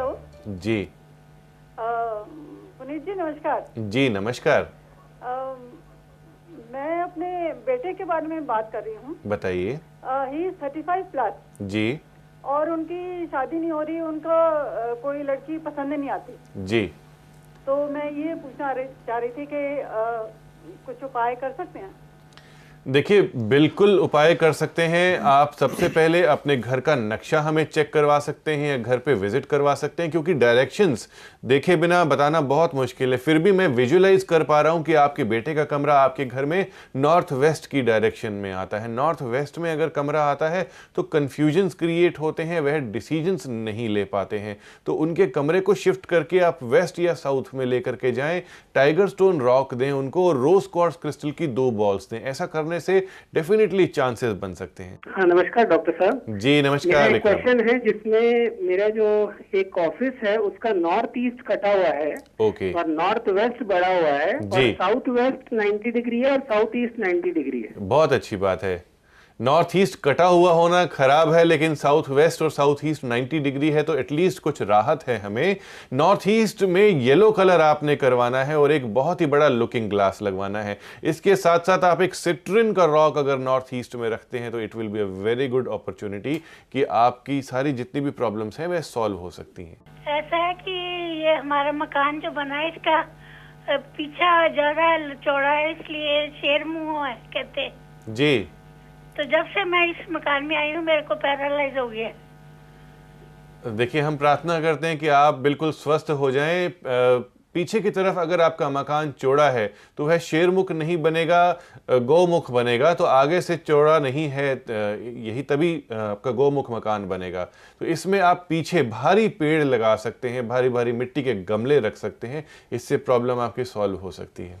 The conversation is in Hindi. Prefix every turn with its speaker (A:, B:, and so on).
A: जी
B: अ, पुनीत जी नमस्कार
A: जी नमस्कार
B: अ, मैं अपने बेटे के बारे में बात कर रही हूँ
A: बताइए
B: ही थर्टी फाइव प्लस
A: जी
B: और उनकी शादी नहीं हो रही उनका अ, कोई लड़की पसंद नहीं आती
A: जी
B: तो मैं ये पूछना रही- चाह रही थी कि अ, कुछ उपाय कर सकते हैं
A: देखिए बिल्कुल उपाय कर सकते हैं आप सबसे पहले अपने घर का नक्शा हमें चेक करवा सकते हैं या घर पे विजिट करवा सकते हैं क्योंकि डायरेक्शंस देखे बिना बताना बहुत मुश्किल है फिर भी मैं विजुलाइज कर पा रहा हूँ कि आपके बेटे का कमरा आपके घर में नॉर्थ वेस्ट की डायरेक्शन में आता है नॉर्थ वेस्ट में अगर कमरा आता है तो कन्फ्यूजन्स क्रिएट होते हैं वह डिसीजंस नहीं ले पाते हैं तो उनके कमरे को शिफ्ट करके आप वेस्ट या साउथ में लेकर के जाएं टाइगर स्टोन रॉक दें उनको और रोज क्वार्स क्रिस्टल की दो बॉल्स दें ऐसा करने से डेफिनेटली चांसेस बन सकते हैं
C: हाँ नमस्कार डॉक्टर साहब
A: जी
C: मेरा
A: नमस्कार
C: एक
A: विक्रम
C: क्वेश्चन है जिसमें मेरा जो एक ऑफिस है उसका नॉर्थ ईस्ट कटा हुआ है
A: ओके
C: और नॉर्थ वेस्ट बढ़ा हुआ है और
A: जी।
C: साउथ वेस्ट 90 डिग्री है और साउथ ईस्ट 90 डिग्री है
A: बहुत अच्छी बात है नॉर्थ ईस्ट कटा हुआ होना खराब है लेकिन साउथ वेस्ट और साउथ ईस्ट 90 डिग्री है तो एटलीस्ट कुछ राहत है हमें नॉर्थ ईस्ट में येलो कलर आपने करवाना है और एक बहुत ही बड़ा लुकिंग ग्लास लगवाना है इसके साथ साथ आप एक सिट्रिन का रॉक अगर नॉर्थ ईस्ट में रखते हैं तो it will be a very good opportunity कि आपकी सारी जितनी भी प्रॉब्लम्स हैं वह सॉल्व हो सकती हैं
D: ऐसा है कि ये हमारा मकान जो बना है इसका अ, पीछा ज्यादा है, चौड़ा है इसलिए शेर मुंह है कहते हैं।
A: जी
D: तो जब से मैं इस मकान में आई हूँ मेरे को पैरालाइज हो गया है।
A: देखिए हम प्रार्थना करते हैं कि आप बिल्कुल स्वस्थ हो जाएं अ, पीछे की तरफ अगर आपका मकान चौड़ा है तो वह शेरमुख नहीं बनेगा अ, गौमुख बनेगा तो आगे से चौड़ा नहीं है अ, यही तभी अ, आपका गौमुख मकान बनेगा तो इसमें आप पीछे भारी पेड़ लगा सकते हैं भारी भारी मिट्टी के गमले रख सकते हैं इससे प्रॉब्लम आपकी सॉल्व हो सकती है